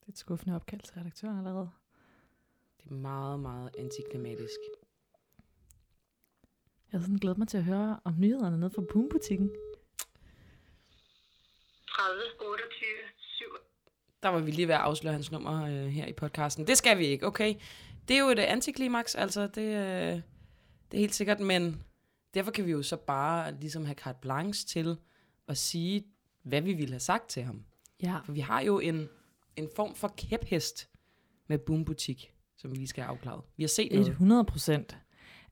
Det er et skuffende opkald til redaktøren allerede. Det er meget, meget antiklimatisk. Jeg havde sådan glædet mig til at høre om nyhederne nede fra Boom-butikken. 30, 28, 7. Der var vi lige ved at afsløre hans nummer øh, her i podcasten. Det skal vi ikke, okay? Det er jo et øh, antiklimaks, altså det, øh, det er helt sikkert, men derfor kan vi jo så bare ligesom have carte blanche til at sige, hvad vi ville have sagt til ham. Ja, For vi har jo en, en form for kæphest med Boom Butik, som vi lige skal have afklaret. Vi har set noget. 100 procent.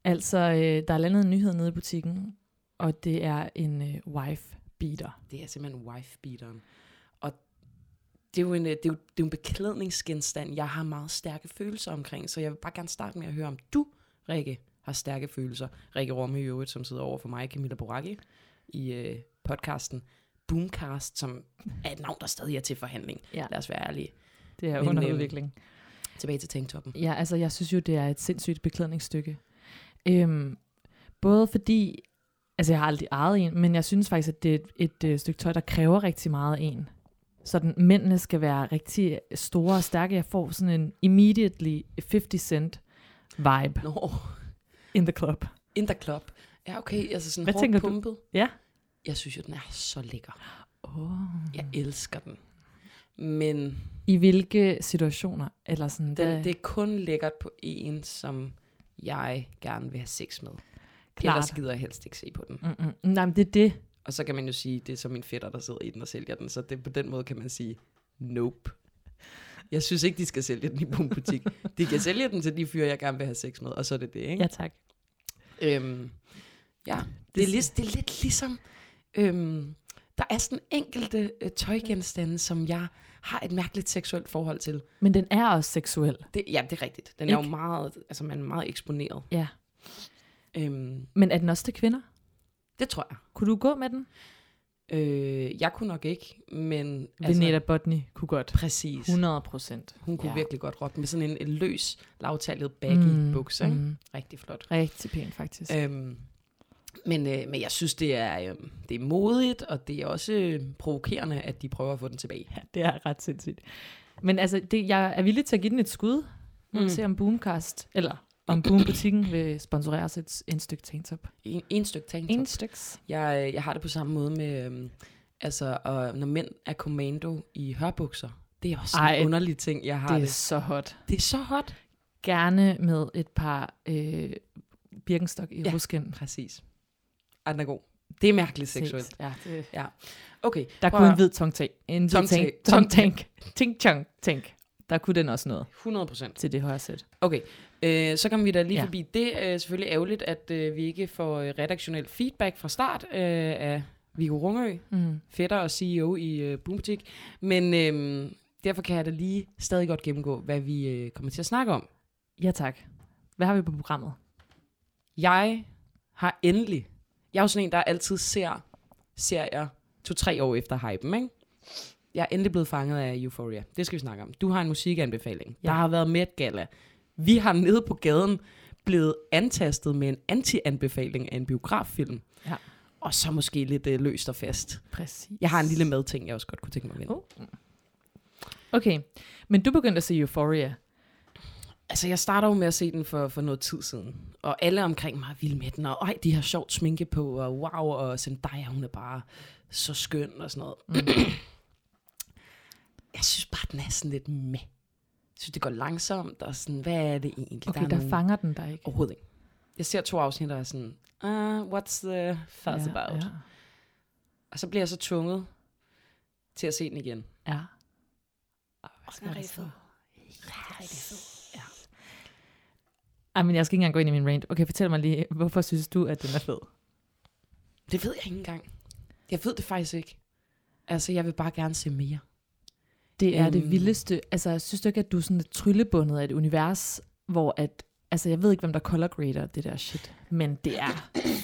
Altså, øh, der er landet en nyhed nede i butikken, og det er en øh, wife beater. Det er simpelthen wife-beateren. Og det er, jo en, øh, det, er jo, det er jo en beklædningsgenstand, jeg har meget stærke følelser omkring, så jeg vil bare gerne starte med at høre, om du, Rikke, har stærke følelser. Rikke Romme i øvrigt, som sidder over for mig, Camilla Boracchi, i øh, podcasten Boomcast, som er et navn, der stadig er til forhandling. Ja. Lad os være ærlige. Det er Men, under øhm, udvikling. Tilbage til tanktoppen. Ja, altså, jeg synes jo, det er et sindssygt beklædningsstykke. Øhm, både fordi, altså jeg har aldrig ejet en, men jeg synes faktisk, at det er et, et øh, stykke tøj, der kræver rigtig meget af en. Så den, mændene skal være rigtig store og stærke. Jeg får sådan en immediately 50 cent vibe Nå, in the club. in the club. Ja, okay, altså sådan Hvad hårdt tænker du? pumpet. Ja. Jeg synes jo, den er så lækker. Oh. Jeg elsker den. Men I hvilke situationer? Eller sådan, den, hvad- det er kun lækkert på en, som jeg gerne vil have sex med. Klart. Klart. Ellers gider jeg helst ikke se på den. Mm-mm. Nej, men det er det. Og så kan man jo sige, det er så min fætter, der sidder i den og sælger den. Så det, på den måde kan man sige, nope. Jeg synes ikke, de skal sælge den i bombutik. De kan sælge den til de fyre, jeg gerne vil have sex med, og så er det det, ikke? Ja, tak. Øhm, ja, det er, lidt, det er lidt ligesom... Øhm, der er sådan enkelte øh, tøjgenstande, som jeg har et mærkeligt seksuelt forhold til. Men den er også seksuel. Det, ja, det er rigtigt. Den er jo Ikke? meget, altså man er meget eksponeret. Ja. Øhm, Men er den også til kvinder? det tror jeg. Kunne du gå med den? Øh, jeg kunne nok ikke, men... Altså, Veneta Botny kunne godt. Præcis. Hun, 100 procent. hun kunne ja. Ja. virkelig godt rotte med sådan en, en løs, lavtallet baggy mm, bukser. Mm. Rigtig flot. Rigtig pæn, faktisk. Øh. Øhm, men, øh, men jeg synes, det er, øh, det er modigt, og det er også øh, provokerende, at de prøver at få den tilbage. Det er ret sindssygt. Men altså, det, jeg er villig til at give den et skud. Nu mm. Mm. se om Boomcast, eller om Boombutikken vil sponsorere os et, en stykke tanktop. En, en stykke tank. En styks. Jeg, øh, jeg har det på samme måde med, øhm, altså, og når mænd er kommando i hørbukser. Det er også Ej, Ej, en underlig ting, jeg har Det det. er så hot. Det er så hot. Gerne med et par øh, Birkenstock i ja. Ja. ruskin. Præcis. Ej, den er god. Det er mærkeligt seksuelt. Ja, det, Okay, Der prøv kunne at- en hvid tongtang. En hvid Tongtang. tank. Tongtang. Ting chong tank. Der kunne den også noget 100 procent. til det højre sæt. Okay, øh, så kom vi da lige Ja. ja. forbi. Det er selvfølgelig ærgerligt, at øh, vi ikke får øh, redaktionel feedback fra start øh, af Viggo Rungø, Mm. fætter og CEO i øh, Boom Butik. Men øh, derfor kan jeg da lige stadig godt gennemgå, hvad vi øh, kommer til at snakke om. Ja tak. Hvad har vi på programmet? Jeg har endelig... Jeg er jo sådan en, der altid ser serier to-tre år efter hypen, ikke? Jeg er endelig blevet fanget af Euphoria. Det skal vi snakke om. Du har en musikanbefaling. Ja. Ja. Der har været Met Gala. Vi har nede på gaden blevet antastet med en anti-anbefaling af en biograffilm. Ja. Og så måske lidt øh, løst og fast. Præcis. Jeg har en lille medting, jeg også godt kunne tænke mig at vinde. Oh. Okay, men du begyndte at se Euphoria. Altså, jeg starter jo med at se den for, for noget tid siden. Og alle omkring mig er vilde med den. Og ej, de har sjovt sminke på. Og wow, og Zendaya, hun er bare så skøn og sådan noget. Mm. jeg synes bare, den er sådan lidt med. Jeg synes, det går langsomt. Og sådan, hvad er det egentlig? Okay, der, Oh, der nogle- fanger den dig ikke. Overhovedet ikke. Jeg ser to afsnit, og er sådan, uh, what's the fuss ja, about? Ja. Og så bliver jeg så tvunget til at se den igen. ja. Og den er rigtig fed. Rigtig fed. Ej, men jeg skal ikke engang gå ind i min rant. Okay, fortæl mig lige, hvorfor synes du, at den er fed? Det ved jeg ikke engang. Jeg ved det faktisk ikke. Altså, jeg vil bare gerne se mere. Det er det Øhm. vildeste. Altså, jeg synes du ikke, at du er sådan lidt tryllebundet af et univers, hvor at, altså, jeg ved ikke, hvem der color grader det der shit, men det er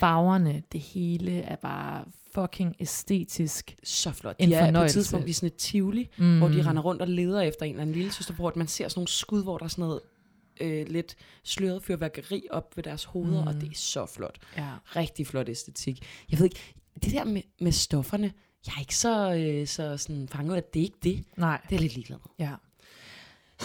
farverne, det hele er bare fucking æstetisk. Så flot. En De er på et fornøjelse. tidspunkt i sådan et tivoli, mm. Mm. hvor de render rundt og leder efter en eller anden lille søster, hvor at man ser sådan nogle skud, hvor der er sådan noget øh, lidt sløret fyrværkeri op ved deres hoveder, mm. og det er så flot. Ja. Rigtig flot æstetik. Jeg ved ikke, det der med, med stofferne, jeg er ikke så, øh, så sådan fanget af, det er ikke det. Nej, Det er jeg lidt ligeglad med. ja.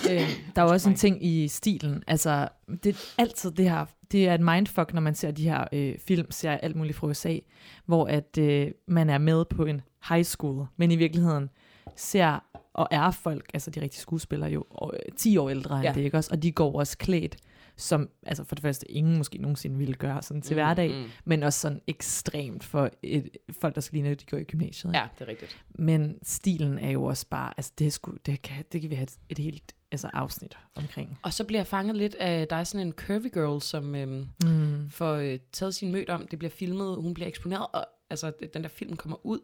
Øh, der er jo også en ting i stilen. Altså, det er altid det her, det er et mindfuck, når man ser de her øh, film, ser alt muligt fra USA, hvor at øh, man er med på en high school, men i virkeligheden ser og er folk, altså de rigtige skuespillere jo, og, øh, 10 år ældre end Ja. ja. det, ikke også? Og de går også klædt, som altså for det første ingen måske nogensinde ville gøre sådan til Mm, hverdag, mm. men også sådan ekstremt for et, folk, der skal ligne, at de går i gymnasiet. ikke? Ja, det er rigtigt. Men stilen er jo også bare, altså det, er sgu, det, kan, det kan vi have et, et helt altså afsnit omkring. Og så bliver jeg fanget lidt af, der er sådan en curvy girl, som øhm, Mm. får øh, taget sin mødt om. Det bliver filmet, hun bliver eksponeret, og altså, det- den der film kommer ud.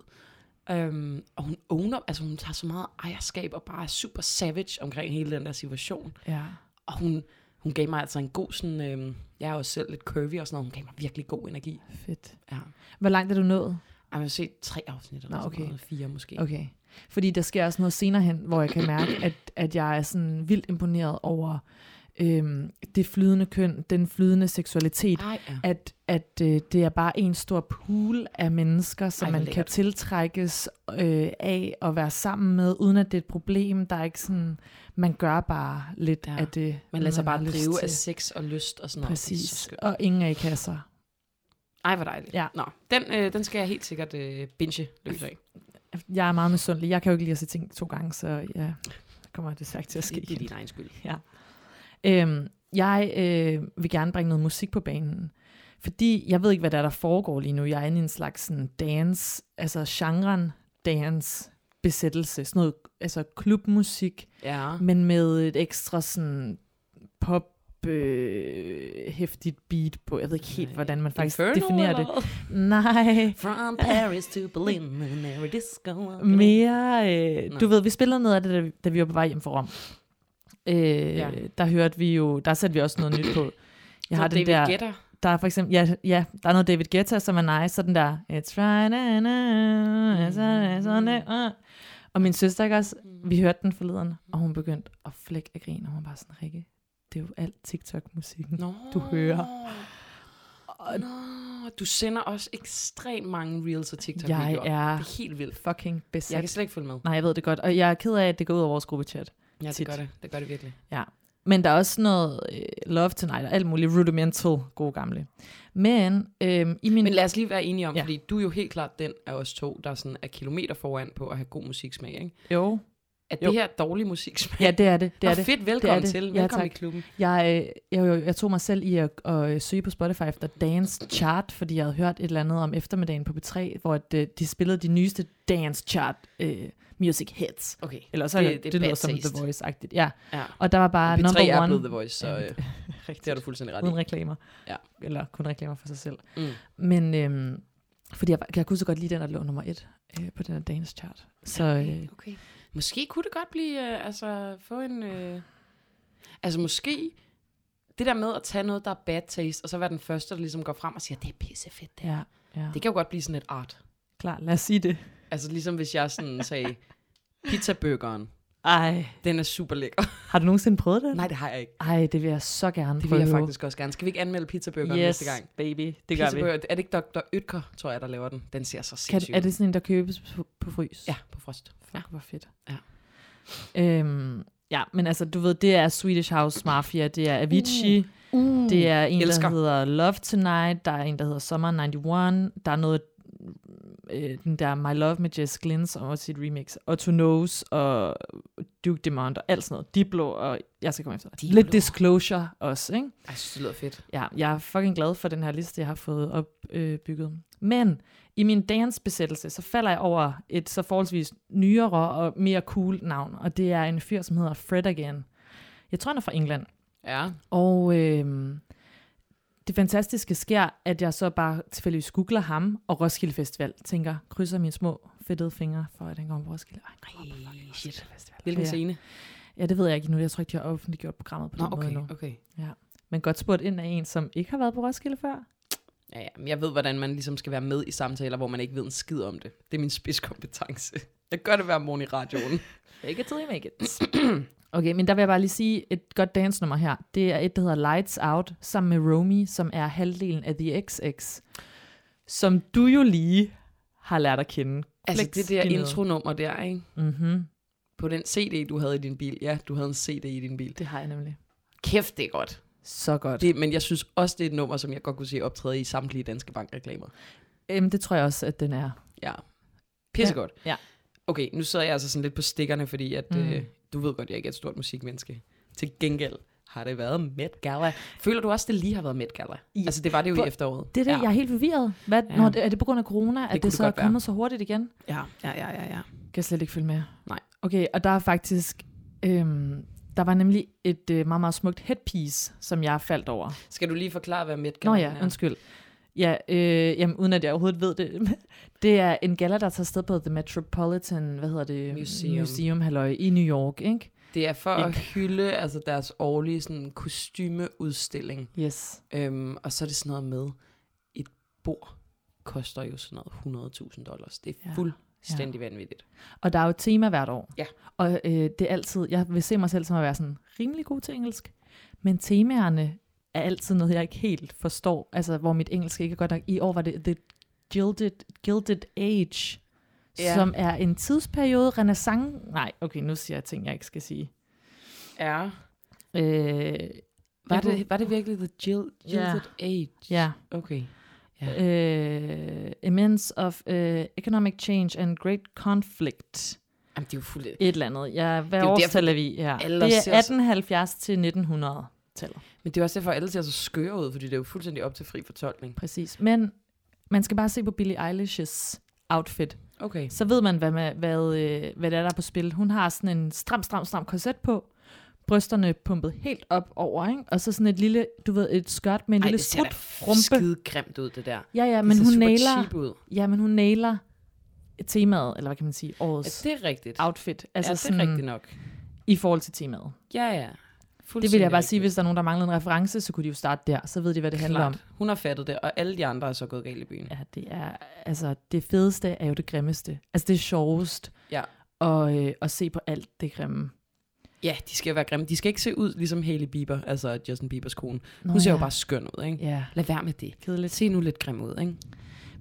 Øhm, og hun owner, altså hun tager så meget ejerskab og bare er super savage omkring hele den der situation. Ja. Og hun, hun gav mig altså en god sådan, øhm, jeg er jo selv lidt curvy og sådan noget, hun gav mig virkelig god energi. Fedt. Ja. Hvor langt er du nået? Ej, man har set tre afsnit eller Nå, sådan okay. noget, fire måske. Okay. Fordi der sker også noget senere hen, hvor jeg kan mærke, at, at jeg er sådan vildt imponeret over øhm, det flydende køn, den flydende seksualitet, Ej, ja. at, at øh, det er bare en stor pool af mennesker, som Ej, Ej, hvor man kan lækkert. tiltrækkes øh, af og være sammen med, uden at det er et problem. Der er ikke sådan, man gør bare lidt Ja. ja. af det. Man lader sig har bare lyst drive til. af sex og lyst og sådan noget. Det er så Præcis, skønt. og ingen er i kasser. Ej, hvor dejligt. Ja. Nå, den, øh, den skal jeg helt sikkert øh, binge løs af. Jeg er meget misundelig. Jeg kan jo ikke lide at se ting to gange, så ja, det kommer desværre ikke til at ske Det, det er igen. din egen skyld. Øhm, jeg øh, vil gerne bringe noget musik på banen, fordi jeg ved ikke, hvad der, er, der foregår lige nu. Jeg er inde i en slags sådan, dance, altså genren dance besættelse, sådan noget, altså klubmusik, Ja. men med et ekstra sådan pop øh, hæftigt beat på. Jeg ved ikke helt, hvordan man faktisk Inferno, definerer eller hvad? det. Nej. From Paris to Berlin, and every disco. Mere, øh, Nå. du ved, vi spillede noget af det, da vi, da vi var på vej hjem fra Rom. Øh, ja. Ja. Der hørte vi jo, der satte vi også noget nyt på. Jeg har Sådan den David der, Guetta. der er for eksempel, ja, ja, der er noget David Guetta, som er nice, så den der, it's Friday, night, it's Friday, Sunday, Mm. uh. og min søster, ikke også, vi hørte den forleden, og hun begyndte at flække af grin, og hun var bare sådan, Rikke, det er jo alt TikTok-musikken. Nå. du hører. Nå, du sender også ekstremt mange reels og TikTok-videoer. jeg er Det er helt vildt. fucking Jeg besat. kan slet ikke følge med. Nej, jeg ved det godt, og jeg er ked af, at det går ud over vores gruppechat. Ja, det Tit. gør det. Det gør det virkelig. Men der er også noget øh, Love Tonight og alt muligt rudimental, gode gamle. Men øh, i min... Men lad os lige være enige om, ja. Ja. fordi du er jo helt klart den af os to, der sådan er kilometer foran på at have god musiksmag, ikke? jo. At Jo. det her er dårlig musiksmag. Ja, det er det. Det er Nå, det. fedt, velkommen det. til. Ja, tak. Velkommen i klubben. Jeg, øh, jeg, jeg, jeg tog mig selv i at, at øh, søge på Spotify efter Dance Chart, fordi jeg havde hørt et eller andet om eftermiddagen på B3, hvor at, øh, de spillede de nyeste Dance Chart øh, music hits. Okay. Eller så Det- det, det er det, det lyder bad som taste. The Voice-agtigt. Ja. Ja. Og der var bare P3 Ah, number er one. blevet The Voice, så øh, Ja, det har du fuldstændig ret i. uden reklamer. Ja. Eller kun reklamer for sig selv. Mm. Men øhm, fordi jeg, jeg kunne så godt lide den, der lå nummer et øh, på den her Dance Chart. Så øh, Okay. Måske kunne det godt blive, øh, altså få en, øh, altså måske, det der med at tage noget, der er bad taste, og så være den første, der ligesom går frem og siger, det er pissefedt det her. ja, ja. Det kan jo godt blive sådan et art. Klar, lad os sige det. Altså ligesom hvis jeg sådan sagde, pizzabøgeren, Ej, den er super lækker. har du nogensinde prøvet det? Nej, det har jeg ikke. Ej, det vil jeg så gerne Det vil prøve. jeg faktisk også gerne. Skal vi ikke anmelde pizzabøgeren yes, næste gang? baby, det gør vi. Pizzabøger, er det ikke Dr. Ytker, tror jeg, der laver den? Den ser så Kan, sindssygt er ud. det sådan en, der købes på, på frys? Ja, på frost. Ja. Fuck, hvor fedt. Ja. Øhm, ja, men altså, du ved, det er Swedish House Mafia, det er Avicii, uh, Uh, det er en, elsker. der hedder Love Tonight, der er en, der hedder Summer 91, der er noget, øh, den der My Love med Jess Glynn, som også er et remix, og To Knows, og Duke Demond, og alt sådan noget, Diplo, og jeg skal komme efter dig. Diplo. Lidt Disclosure også, ikke? Ej, jeg synes, det lyder fedt. Ja, jeg er fucking glad for den her liste, jeg har fået opbygget. Øh, bygget. Men i min dansbesættelse, så falder jeg over et så forholdsvis nyere og mere cool navn, og det er en fyr, som hedder Fred Again. Jeg tror, han er fra England. Ja. Og øh, det fantastiske sker, at jeg så bare tilfældigvis googler ham og Roskilde Festival, tænker, krydser mine små fedtede fingre for, at den kommer på Roskilde. Ej, nej, Ej, shit. Festival. Hvilken ja. scene? Ja, det ved jeg ikke nu. Jeg tror ikke, de har offentliggjort programmet på Nå, den måde okay, endnu. okay. Men godt spurgt ind af en, som ikke har været på Roskilde før. Ja, ja, men jeg ved, hvordan man ligesom skal være med i samtaler, hvor man ikke ved en skid om det. Det er min spidskompetence. Jeg gør det hver morgen i radioen. Fake it till you make it. Okay, men der vil jeg bare lige sige et godt dansnummer her. Det er et, der hedder Lights Out, sammen med Romy, som er halvdelen af The XX, som du jo lige har lært at kende. altså, Flex det der i noget. intronummer der, ikke? Mm-hmm. På På den CD, du havde i din bil. Ja, du havde en CD i din bil. Det har jeg nemlig. Kæft, det er godt. Så godt. Det, men jeg synes også, det er et nummer, som jeg godt kunne se optræde i samtlige danske bankreklamer. Øhm, det tror jeg også, at den er. Ja. Pissegodt. Ja. Okay, nu sidder jeg altså sådan lidt på stikkerne, fordi at, Mm. mm. øh, du ved godt, jeg ikke er et stort musikmenneske. Til gengæld har det været Met Gala. Føler du også, det lige har været Met Gala? Ja. Ja. Altså, det var det jo For- i efteråret. Det er det, ja. jeg er helt forvirret. Hvad, ja. Ja. når det, er det på grund af corona, at det, kunne det det så er godt være. kommet så hurtigt igen? Ja, ja, ja, ja. ja. Kan jeg slet ikke følge med. Nej. Okay, og der er faktisk... Øhm, der var nemlig et øh, meget, meget smukt headpiece, som jeg faldt over. Skal du lige forklare, hvad Met Nå Gala ja, undskyld. Ja, øh, jamen, uden at jeg overhovedet ved det. det er en gala, der tager sted på The Metropolitan, hvad hedder det? Museum. Museum halløj, i New York, ikke? Det er for Ikke. at hylde altså, deres årlige sådan, kostymeudstilling. Yes. Øhm, og så er det sådan noget med, et bord koster jo sådan noget 100.000 dollars. Det er Ja, ja. fuldstændig ja. vanvittigt. Og der er jo et tema hvert år. Ja. Og øh, det er altid, jeg vil se mig selv som at være sådan rimelig god til engelsk, men temaerne er altid noget, jeg ikke helt forstår, altså hvor mit engelsk ikke er godt nok. I år var det The Gilded, Gilded Age, ja. Ja. som er en tidsperiode, renaissance... Nej, okay, nu siger jeg ting, jeg ikke skal sige. Ja. Øh, Var Jeg det, var det virkelig The Jill, Ja. Jilted Age? ja. Okay. Uh, immense of uh, economic change and great conflict. Jamen, det er jo fuldt... Et eller andet. Ja, hvad jo årstal er vi? Ja. alle Det ser er så- 1870 til 1900 tallet Men det er også derfor, at alle ser så skøre ud, fordi det er jo fuldstændig op til fri fortolkning. Præcis. Men man skal bare se på Billie Eilish's outfit. Okay. Så ved man, hvad, man, hvad, øh, hvad det er, der er på spil. Hun har sådan en stram, stram, stram korset på. Brysterne pumpet helt op over, ikke? Og så sådan et lille, du ved, et skørt med en Ej, lille strut rumpe. skide grimt ud, det der. Ja, ja, Det men ser hun super nailer, cheap ud. ja, men hun nailer temaet, eller hvad kan man sige, Ja, årets det er rigtigt. outfit. Altså, Altså ja, det er sådan, rigtigt nok. i forhold til temaet. Ja, ja. Det vil jeg bare sige, hvis der er nogen, der mangler en reference, så kunne de jo starte der, så ved de, hvad det handler om. Hun har fattet det, og alle de andre er så gået galt i byen. Ja, det er, altså, det fedeste er jo det grimmeste. Altså, det er sjovest Ja. at, øh, at se på alt det grimme. Ja, de skal jo være grimme. De skal ikke se ud ligesom Hailey Bieber, altså Justin Biebers kone. Nå, Hun ser ja. jo bare skøn ud, ikke? Ja, Lad være med det. kedeligt. Se nu lidt grim ud, ikke?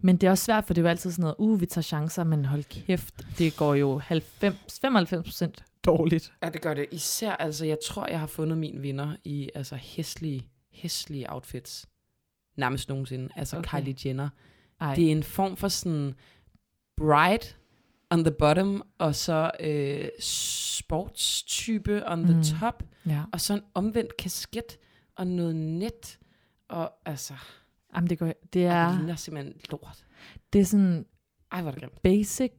Men det er også svært, for det er jo altid sådan noget, uh, vi tager chancer, men hold kæft, det går jo 90, 95 procent dårligt. Ja, det gør det. Især, altså, jeg tror, jeg har fundet min vinder i altså hæslige, hæslige outfits. Nærmest nogensinde. Altså Okay. okay. Kylie Jenner. Ej, Ej. Det er en form for sådan bright on the bottom, og så øh, sportstype on the Mm. top, ja. og så en omvendt kasket og noget net. Og altså, Jamen, det, går, det, ja. det er, ligner simpelthen lort. det er sådan Ej, hvor er det grimt. basic,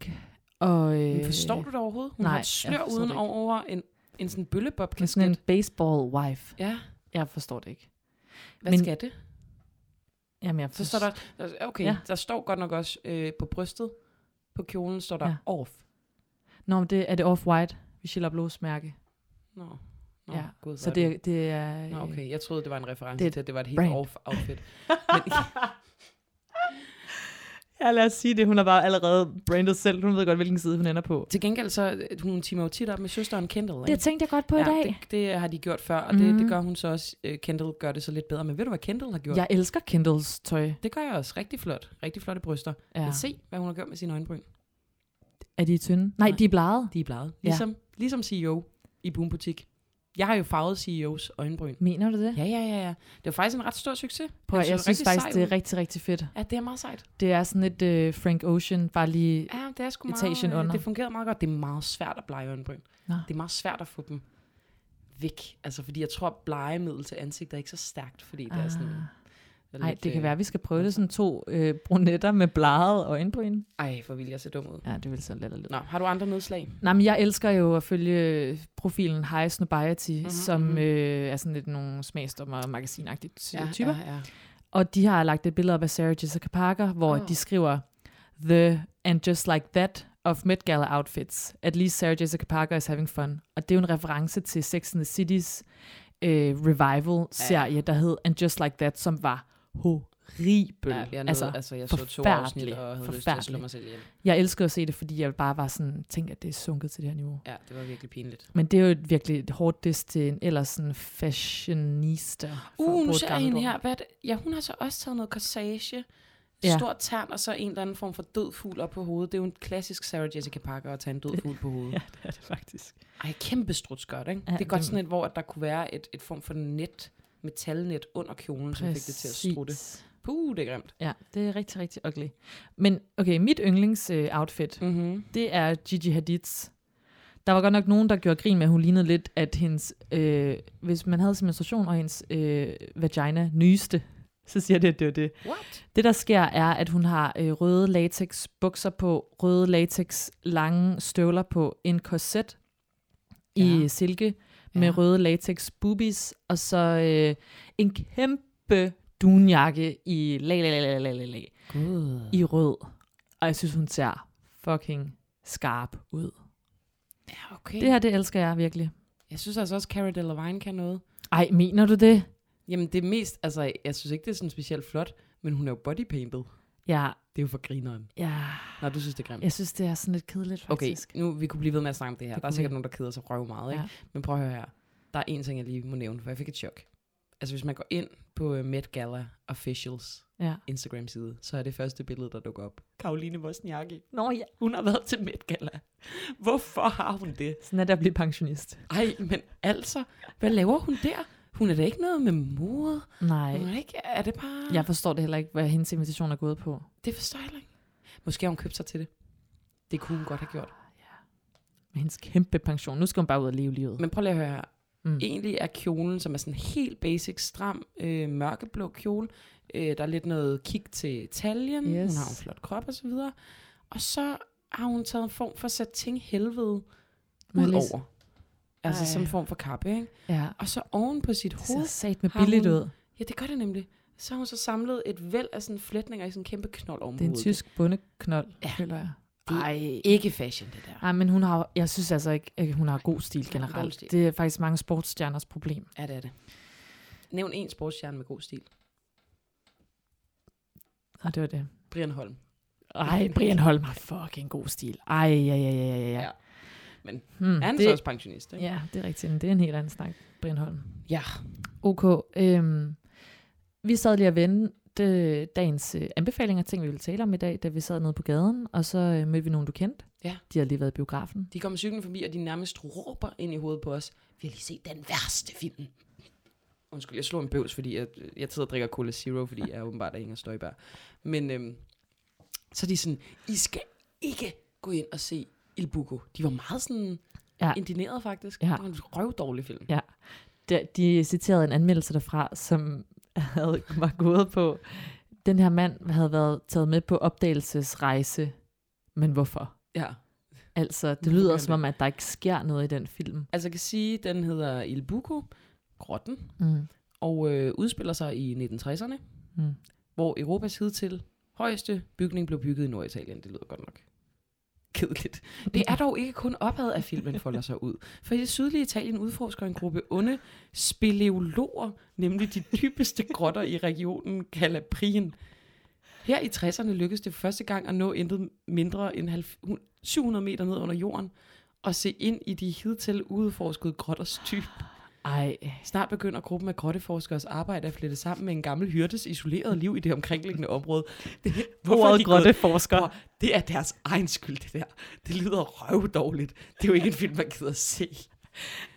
og... Øh, Men forstår du det overhovedet? Hun nej, har jeg et slør forstår det uden ikke. over en, en sådan Men bøllebobkasket. sådan en baseball wife. Ja, Jeg forstår det ikke. hvad Men- Men, skal det? Jamen, jeg Så står der, der- okay, Ja. ja. der står godt nok også øh, på brystet, på kjolen står der Ja. ja. off. Nå, men det er det off-white, Michelle Blos mærke. Nå, Nå Ja, gud, Så hvor er det, det er... øh, Nå, okay, jeg troede, det var en reference Det er det, til, at det var et helt brand. off-outfit. Ja, lad os sige det. Hun har bare allerede brandet selv. Hun ved godt, hvilken side hun ender på. til gengæld så, øh, hun timer jo tit op med søsteren Kendall. Det tænkte jeg godt på ja, i dag. Det, Det, det har de gjort før, og det, mm. Mhm. det gør hun så også. Øh, Kendall gør det så lidt bedre, men ved du, hvad Kendall har gjort? jeg elsker Kendalls tøj. Det gør jeg også. Rigtig flot. Rigtig flotte bryster. Ja. Ja. Men se, hvad hun har gjort med sine øjenbryn. Er de tynde? Nej, Nej. de er blege. De er blevet. Ja. Ligesom, ligesom CEO i Boom Butik. Jeg har jo farvet CEO's øjenbryn. Mener du det? Ja, ja, ja, ja. Det var faktisk en ret stor succes. Prøv, jeg, Han så jeg synes rigtig faktisk, sej det er ud. rigtig, rigtig fedt. Ja, det er meget sejt. Det er sådan et øh, Frank Ocean, bare lige... Ja, det er sgu Etagen meget, øh, under. det fungerede meget godt. Det er meget svært at blege øjenbryn. Nå. Det er meget svært at få dem væk. Altså, fordi jeg tror, at blegemiddel til ansigt er ikke så stærkt, fordi det er sådan... Ah. er Ej, lidt, det kan øh, være, vi skal prøve det sådan to øh, brunetter med blaget øjenbryn. Ej, hvor vil jeg se dum ud. Ja, det vil så lidt og lidt. Nå, har du andre nedslag? Nej, men jeg elsker jo at følge profilen High Snobiety, mm-hmm, som mhm. øh, er sådan lidt nogle smagsdommer og magasinagtige ty- ja, typer. Ja. Ja, ja. Og de har lagt et billede op af Sarah Jessica Parker, hvor oh. Åh. de skriver, The and just like that of Met Gala outfits. At least Sarah Jessica Parker is having fun. Og det er jo en reference til Sex and the City's øh, revival-serie, ja. der hed And Just Like That, som var horribel. ja jeg, altså, altså, nåede, altså, jeg så to forfærdelig, afsnit og havde lyst til at slå forfærdelig. mig selv ihjel. jeg elsker at se det, fordi jeg bare var sådan, tænk, at det er sunket til det her niveau. Ja, det var virkelig pinligt. Men det er jo et virkelig et hårdt diss til en ellers sådan fashionista. for at Uh, bruge nu et ser jeg gammelt hende ord. her. Hvad er det? Ja, hun har så også taget noget corsage. Ja. Ja. Stor tern og så en eller anden form for død fugl op på hovedet. Det er jo en klassisk Sarah Jessica Parker at tage en død fugl på hovedet. Ja, det er det faktisk. Ej, kæmpe strutskørt, ikke? Ja, Ja, det er godt det- sådan et, hvor at der kunne være et, et form for net, metalnet under kjolen, som fik det til at strutte. Præcis. Puh, det er grimt. Ja, det er rigtig, rigtig ugly. Men okay, mit yndlingsoutfit, øh, outfit, Mm-hmm. det er Gigi Hadids. Der var godt nok nogen, der gjorde grin med, at hun lignede lidt, at hendes, øh, hvis man havde sin menstruation og hendes øh, vagina nyeste, så siger det, at det var det. What? Det, der sker, er, at hun har øh, røde latex bukser på, røde latex lange støvler på, en korset i Ja. silke med Ja. røde latex boobies, og så øh, en kæmpe dunjakke i lag, lag, lag, lag, lag, lag, God. i rød. Og jeg synes, hun ser fucking skarp ud. Ja, okay. Det her, det elsker jeg virkelig. Jeg synes altså også, Cara Delevingne kan noget. Ej, mener du det? Jamen, det er mest, altså, jeg synes ikke, det er sådan specielt flot, men hun er jo bodypainted. Ja, Det er jo for grineren. ja. Nå, du synes, det er grimt. Jeg synes, det er sådan lidt kedeligt, Okay, faktisk. nu vi kunne blive ved med at snakke om det her. Det der er kunne sikkert vi. nogen, der keder sig røv meget, ikke? Ja. Ja. Men prøv at høre her. Der er en ting, jeg lige må nævne, for jeg fik et chok. Altså, hvis man går ind på øh, Met Gala Officials Ja. Instagram-side, så er det første billede, der dukker op. Karoline Wozniacki. Nå ja, hun har været til Met Gala. Hvorfor har hun det? Sådan er det at blive pensionist. Ej, men altså, hvad laver hun der? Hun er da ikke noget med mode. Nej, Hun er, ikke, er det bare... jeg forstår det heller ikke, hvad hendes invitation er gået på. Det forstår jeg heller ikke. Måske har hun købt sig til det. Det kunne hun godt have gjort. med hendes kæmpe pension. Nu skal hun bare ud og leve livet. Men prøv lige at høre her. Mm. Mm. Egentlig er kjolen, som er sådan helt basic, stram, øh, mørkeblå kjole. Øh, der er lidt noget kig til taljen. Yes. Yes. Hun har en flot krop og så videre. Og så har hun taget en form for satin helvede Må jeg ud lige s- over. Altså Ej. som en form for kappe, ikke? Ja, Og så oven på sit det ser hoved. sat med har billigt hun- ud. Ja, det gør det nemlig. Så har hun så samlet et væld af sådan flætninger i sådan en kæmpe knold oven Det er en tysk bundeknold, Ja. føler jeg. Det er ikke fashion, det der. Ej, men hun har, jeg synes altså ikke, at hun har god stil hun har generelt. god stil. Det er faktisk mange sportsstjerners problem. Ja, det er det. Nævn en sportsstjerne med god stil. Og det var det. Brian Holm. Mm. Ej, Brian Holm har fucking god stil. Ej, ja, ja, ja, ja, ja. Ja. Men hmm, Er han det, så også pensionist, ikke? Ja, det er rigtigt. men Det er en helt anden snak, Brian Holm. Ja. Okay, øhm, vi sad lige og vendte dagens øh, anbefalinger, ting vi ville tale om i dag, da vi sad nede på gaden, og så øh, mødte vi nogen, du kendte. Ja. De har lige været i biografen. De kommer cyklen forbi, og de nærmest råber ind i hovedet på os. Vi har lige set den værste film. Undskyld, jeg slog en bøvs, fordi jeg, jeg sidder og drikker Cola Zero, fordi jeg åbenbart er Inger Støjberg. Men øhm, så er de sådan, I skal ikke gå ind og se Il Buco. De var meget sådan Ja. ja. indigneret faktisk. Ja. Ja. Det var en røvdårlig film. Ja. De, de citerede en anmeldelse derfra, som havde, var gået på, den her mand havde været taget med på opdagelsesrejse, men hvorfor? ja. Altså, det Hvorfor gør lyder han som om, at der ikke sker noget i den film. Altså jeg kan sige, den hedder Il Buco, Grotten, Mm. og øh, udspiller sig i 1960'erne, Mm. hvor Europas hidtil højeste bygning blev bygget i Norditalien. Det lyder godt nok kedeligt. Det er dog ikke kun opad, at filmen folder sig ud. For i det sydlige Italien udforsker en gruppe onde speleologer, nemlig de dybeste grotter i regionen Calabrien. Her i 60'erne lykkedes det første gang at nå intet mindre end halv- 700 meter ned under jorden og se ind i de hidtil udforskede grotters dyb. Ej, Snart begynder gruppen af grotteforskeres arbejde at flette sammen med en gammel hyrdes isolerede liv i det omkringliggende område. Det, hvorfor er ordet de gået- grotteforsker. Bror, det er deres egen skyld, det der. Det lyder røvdårligt. Det er jo ikke en film, man gider at se.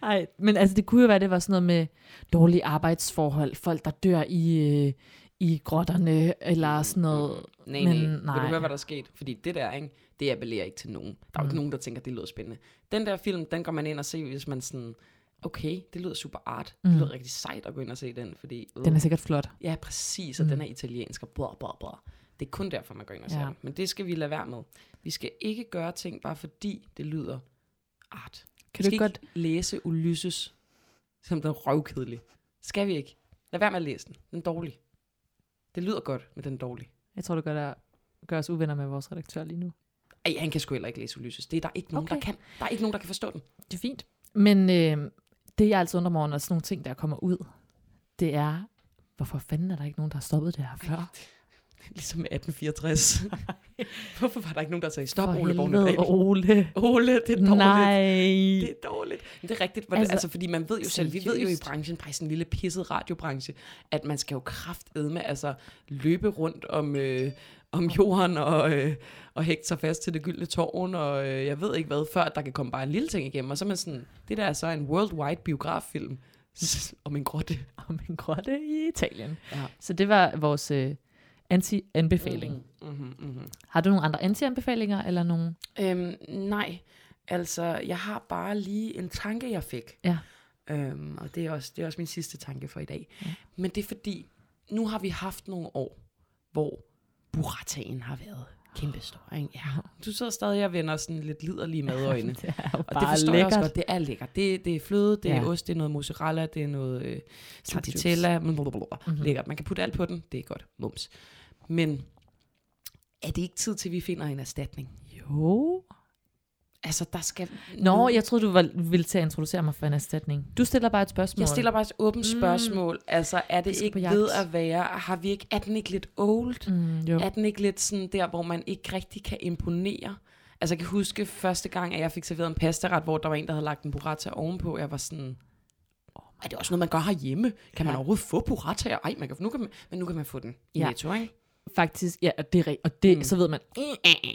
Ej, men altså, det kunne jo være, det var sådan noget med dårlige arbejdsforhold, folk, der dør i, øh, i grotterne, eller sådan noget. Nej, Men men, nej. Vil nej. du høre, hvad der er sket? Fordi det der, ikke, det appellerer ikke til nogen. Der er jo ikke Mm. nogen, der tænker, det lyder spændende. Den der film, den går man ind og se, hvis man sådan, okay, det lyder super art. Mm. Mm. Det lyder rigtig sejt at gå ind og se den, fordi... Øh, Den er sikkert flot. Ja, præcis, og Mm. mm. den er italiensk og bla bla bla. Det er kun derfor, man går ind og ser Ja. ja. den. Men det skal vi lade være med. Vi skal ikke gøre ting, bare fordi det lyder art. Kan du vi skal ikke godt... ikke læse Ulysses, som den røvkedelig. Skal vi ikke? Lad være med at læse den. Den er dårlig. Det lyder godt, men den er dårlig. Jeg tror, du gør, der, gør os uvenner med vores redaktør lige nu. Ej, han kan sgu heller ikke læse Ulysses. Det er der ikke nogen, Okay. okay. der kan. Der er ikke nogen, der kan forstå den. Det er fint. Men øh, det, jeg altså undrer mig over, når sådan nogle ting, der kommer ud, det er, hvorfor fanden er der ikke nogen, der har stoppet det her før? Ligesom med 1864. Hvorfor var der ikke nogen, der sagde, stop For Ole helvede, Bornedal? Ole. Ole, det er dårligt. Nej. Det er dårligt. Men det er rigtigt. Hvordan, altså, Altså, altså, fordi man ved jo selv, vi ved jo i seriøst? branchen, bare i sådan en lille pisset radiobranche, at man skal jo kraftedme, altså løbe rundt om, øh, om jorden og, øh, og hægte sig fast til det gyldne tårn, og øh, jeg ved ikke hvad, før at der kan komme bare en lille ting igennem. Og så er man sådan, det der er så en worldwide biograffilm om en grotte. Om en grotte i Italien. Ja. Så det var vores øh, anti-anbefaling. Mm. Mm-hmm, mm-hmm. Har du nogle andre anti-anbefalinger, eller nogle? Øhm, nej, altså jeg har bare lige en tanke, jeg fik. Ja. Øhm, og det er, også, det er også min sidste tanke for i dag. Ja. Men det er fordi, nu har vi haft nogle år, hvor burrataen har været kæmpestor. Ikke? Ja. Du sidder stadig og vender sådan lidt liderlige madøjne. det er jo Og det bare forstår jeg også lækkert. godt, det er lækkert. Det, det er fløde, det ja. er Ja. ost, det er noget mozzarella, det er noget øh, tartitella, Mhm. mm-hmm. lækkert. Man kan putte alt på den, det er godt, mums. Men er det ikke tid til, at vi finder en erstatning? Jo. Altså, der skal... Nå, jeg troede, du var, ville til at introducere mig for en erstatning. Du stiller bare et spørgsmål. Jeg stiller bare et åbent spørgsmål. Mm. Altså, er det skal ikke på jagt. ved at være... Har vi ikke, er den ikke lidt old? Mm, jo. Er den ikke lidt sådan der, hvor man ikke rigtig kan imponere? Altså, jeg kan huske første gang, at jeg fik serveret en pastaret, hvor der var en, der havde lagt en burrata ovenpå. Jeg var sådan... "Åh, Er det også noget, man gør herhjemme? Kan man overhovedet få burrataer? Ej, man kan, nu kan man, men nu kan man få den i ja. Ja. Netto, ikke? Faktisk, ja, og det er rigtigt. Og det, Mm. mm. så ved man,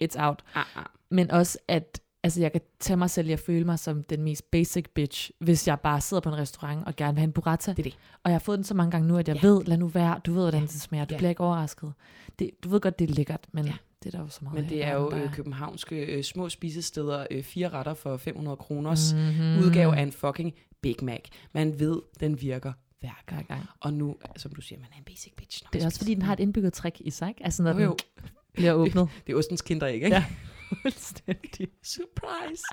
it's out. Ah, ah. Men også, at altså, jeg kan tage mig selv, jeg føler mig som den mest basic bitch, hvis jeg bare sidder på en restaurant og gerne vil have en burrata. Det er det. Og jeg har fået den så mange gange nu, at jeg ja. Ja. ved, lad nu være, du ved, hvordan det smager, du Ja. ja. bliver ikke overrasket. Det, du ved godt, det er lækkert, men Ja. ja. det er der jo så meget Men af i det er verden, jo der øh, københavnske øh, små spisesteder, øh, fire retter for 500 kroners Mhm. mm-hmm. udgave af en fucking Big Mac. Man ved, den virker hver gang. hver gang. Og nu, som du siger, man er en basic bitch. Når Det man er også spiser. fordi, den har et indbygget trick i sig, ikke? Altså når Jo, den jo. bliver åbnet. Det er ostens kinder, ikke? ikke? Ja. Fuldstændig. Surprise!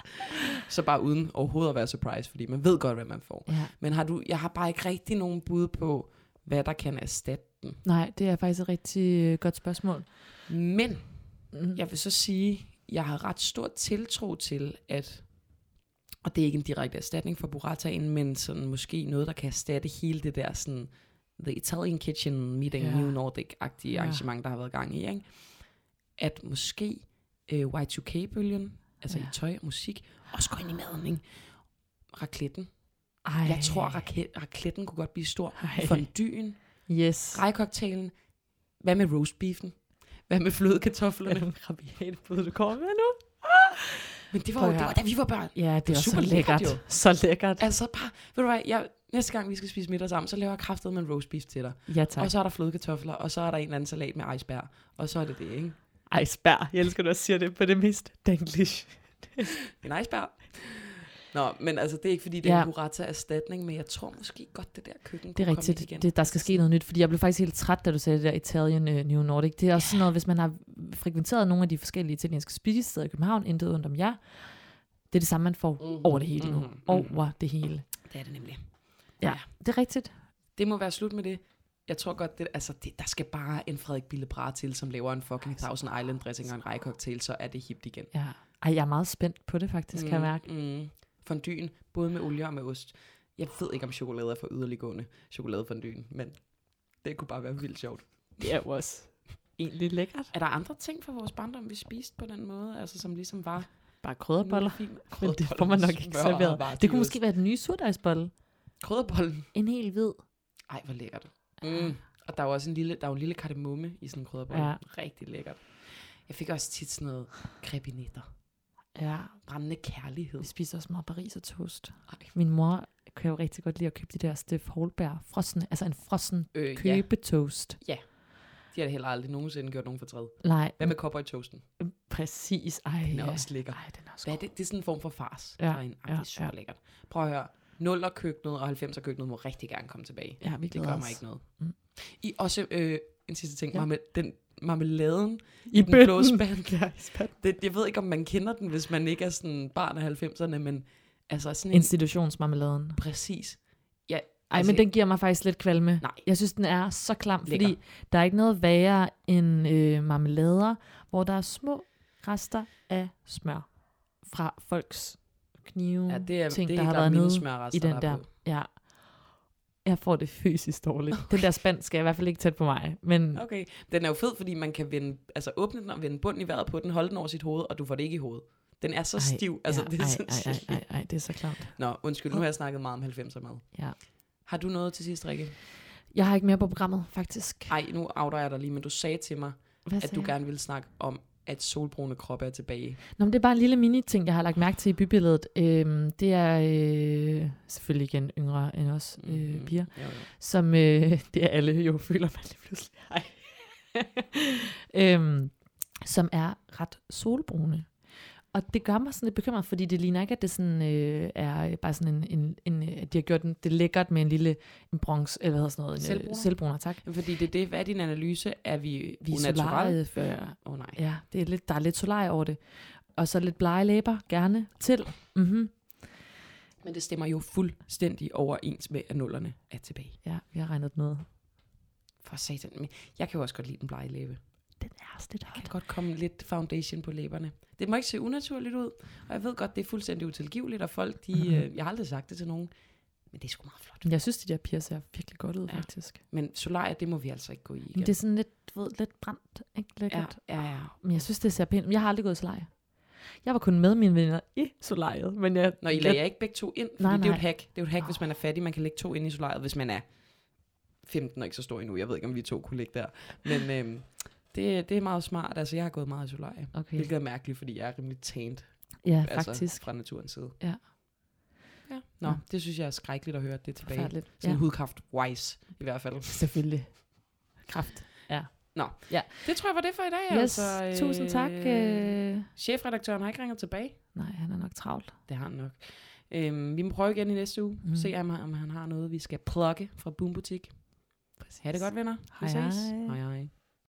Så bare uden overhovedet at være surprise, fordi man ved godt, hvad man får. Ja. Men har du, jeg har bare ikke rigtig nogen bud på, hvad der kan erstatte den. Nej, det er faktisk et rigtig øh, godt spørgsmål. Men Mm. jeg vil så sige, jeg har ret stor tiltro til, at og det er ikke en direkte erstatning for burrataen, men sådan måske noget, der kan erstatte hele det der sådan, The Italian Kitchen Meeting Ja. New Nordic-agtige Ja. arrangement, der har været gang i, ikke? at måske øh, Y2K-bølgen, altså ja. i Ja. tøj og musik, også går ind i maden, ikke? Racletten. Ej. Jeg tror, rake- racletten kunne godt blive stor. Ej. Fondyen, Yes. rejkoktailen. Hvad med roastbeefen? Hvad med flødekartoflerne? Øhm. Rabiat bud, du kommer med nu. Men det var Prøv jo, at det var, høre. da vi var børn. Ja, det, Det er er også super så lækkert, lækkert. Så lækkert. Altså bare, ved du hvad, jeg, næste gang vi skal spise middag sammen, så laver jeg kraftet med en roast beef til dig. Ja, Tak. tak. Og så er der flødekartofler, og så er der en eller anden salat med iceberg. Og så er det det, ikke? Ej, spær. Jeg elsker, at du også siger det på det mest danglish. En iceberg. Nå, men altså, det er ikke fordi, det er Ja. en burrata-erstatning, men jeg tror måske godt, det der køkken Det er kunne komme ind rigtigt. igen. Det, der skal ske noget nyt, fordi jeg blev faktisk helt træt, da du sagde det der Italian øh, New Nordic. Det er også sådan noget, hvis man har frekventeret nogle af de forskellige italienske spisesteder i København, intet ondt om jer. Det er det samme, man får Mhm, mm-hmm. over det hele nu. mhm, Mm-hmm. Over det hele. det er det nemlig. Ja, Ja. det er rigtigt. Det må være slut med det. Jeg tror godt, det, altså, det, der skal bare en Frederik Bille Bra til, som laver en fucking Thousand Island dressing og en rejkoktail, så er det hipt igen. Ja. Ej, jeg er meget spændt på det faktisk, mm. kan jeg mærke. Mm. Fondyen, både med olie og med ost. Jeg ved ikke, om chokolade er for yderliggående chokoladefondyen, men det kunne bare være vildt sjovt. Det er jo også egentlig lækkert. Er der andre ting fra vores barndom, vi spiste på den måde, altså som ligesom var... Bare krydderboller. Fint. Men det får man nok ikke serveret. Mm. Det kunne måske være den nye surdejsbolle. Krødderbollen. En helt hvid. Ej, hvor lækkert. Mm. Og der er jo også en lille, der er jo en lille kardemomme i sådan en krødderbolle. Ja. Ja. Rigtig lækkert. Jeg fik også tit sådan noget krebinetter. Ja, Brændende kærlighed. vi spiser også meget Paris og toast. Ej, Min mor kan jo rigtig godt lide at købe de der Steff Holberg frosne, altså en frossen øh, ja, købetoast. de har da heller aldrig nogensinde gjort nogen fortræd. Nej, Hvad med cowboy toasten? præcis. Ej, Den er Mm. ja. også lækker. Ej, den er også Hvad er god. det? Det er sådan en form for fars. Ja, Ja, ja, det ja, er super lækkert. Prøv at høre. 0'er køkkenet og 90'er køkkenet må rigtig gerne komme tilbage. Ja, vi Det glæder gør mig os. ikke noget. Mm. I også, øh, en sidste ting, ja. Ja. marmel, den marmeladen, I den blå bøtten. spand. Ja, i spanden. Det, jeg ved ikke, om man kender den, hvis man ikke er sådan barn af 90'erne, men altså sådan en... Institutionsmarmeladen. præcis. Ja, Ej, men den giver mig faktisk lidt kvalme. Altså, Nej. Jeg synes, den er så klam, fordi Lækker. der er ikke noget værre end øh, marmelader, hvor der er små rester af smør fra folks knive, ja, det er, ting, det der er helt har klart været mine nede smørrester, i den er der. på. Ja. Jeg får det fysisk dårligt. Okay. Den der spand skal i hvert fald ikke tæt på mig. Men Okay. Den er jo fed, fordi man kan vende, altså åbne den og vende bunden i vejret på den, holde den over sit hoved, og du får det ikke i hovedet. Den er så Ej, stiv. Altså, ja, det er ej, ej, sindssygt. ej, ej, ej, det er så klamt. Nå, undskyld, nu har jeg snakket meget om 90'er mad. Ja. Har du noget til sidst, Rikke? Jeg har ikke mere på programmet, faktisk. Ej, nu outer jeg dig lige, men du sagde til mig, Hvad at sagde du jeg? gerne ville snakke om, at solbrune kroppe er tilbage. Nå, men det er bare en lille mini-ting, jeg har lagt mærke til i bybilledet. Øhm, det er øh, selvfølgelig igen yngre end os øh, piger, Jo, jo. som øh, det er alle jo føler man lige pludselig. Ej. øhm, som er ret solbrune. Og det gør mig sådan lidt bekymret, fordi det ligner ikke, at det sådan, øh, er bare sådan en, en, en, at de har gjort den, det lækkert med en lille en bronze, eller hvad hedder sådan noget, en, Selvbruner? øh, selvbruner, tak. Jamen, Fordi det er det, hvad er din analyse? Er vi, Vi er unaturelle? solariet før. Åh oh, nej. Ja, det er lidt, der er lidt solarie over det. Og så lidt blege læber, gerne, til. Mhm. Men det stemmer jo fuldstændig overens med, at nullerne er tilbage. Ja, vi har regnet med. For satan. Men jeg kan jo også godt lide den blege læbe. Den er også lidt Der hot. kan godt komme lidt foundation på læberne. Det må ikke se unaturligt ud, og jeg ved godt, det er fuldstændig utilgiveligt, og folk, de, Mhm. mm-hmm. øh, jeg har aldrig sagt det til nogen, men det er sgu meget flot. Jeg synes, de der piger ser virkelig godt ud, Ja. ja. faktisk. Men solarie, det må vi altså ikke gå i igen. Men det er sådan lidt, du ved, lidt brændt, ikke? ja, Lækkert. Ja. ja, ja. Men jeg synes, det ser pænt. Jeg har aldrig gået i solarie. Jeg var kun med mine venner i solariet, men jeg... Når I lagde jer ikke begge to ind, fordi Nej, det er jo et nej. hack. Det er jo et hack, hvis man er fattig, man kan lægge to ind i solariet, hvis man er 15 og ikke så stor endnu. Jeg ved ikke, om vi to kunne ligge der. Men øhm, det, det er meget smart. Altså, jeg har gået meget i solarie. Okay. Hvilket er mærkeligt, fordi jeg er rimelig tænt Ja, altså, faktisk. fra naturens side. Ja. ja. Nå, Ja. det synes jeg er skrækkeligt at høre, at det er tilbage. Forfærdeligt. Ja, Sådan ja. hudkraft-wise, i hvert fald. selvfølgelig. Kraft. Det tror jeg var det for i dag. Yes, altså, altså, tusind tak. Øh... Chefredaktøren har ikke ringet tilbage. Nej, han er nok travlt. Det har han nok. Øhm, vi må prøve igen i næste uge. Mm. Mm. Se om, han- om han har noget, vi skal plukke fra Boom Butik. Ha' det godt, venner. Vi Hej, ses. hej. hej. hej.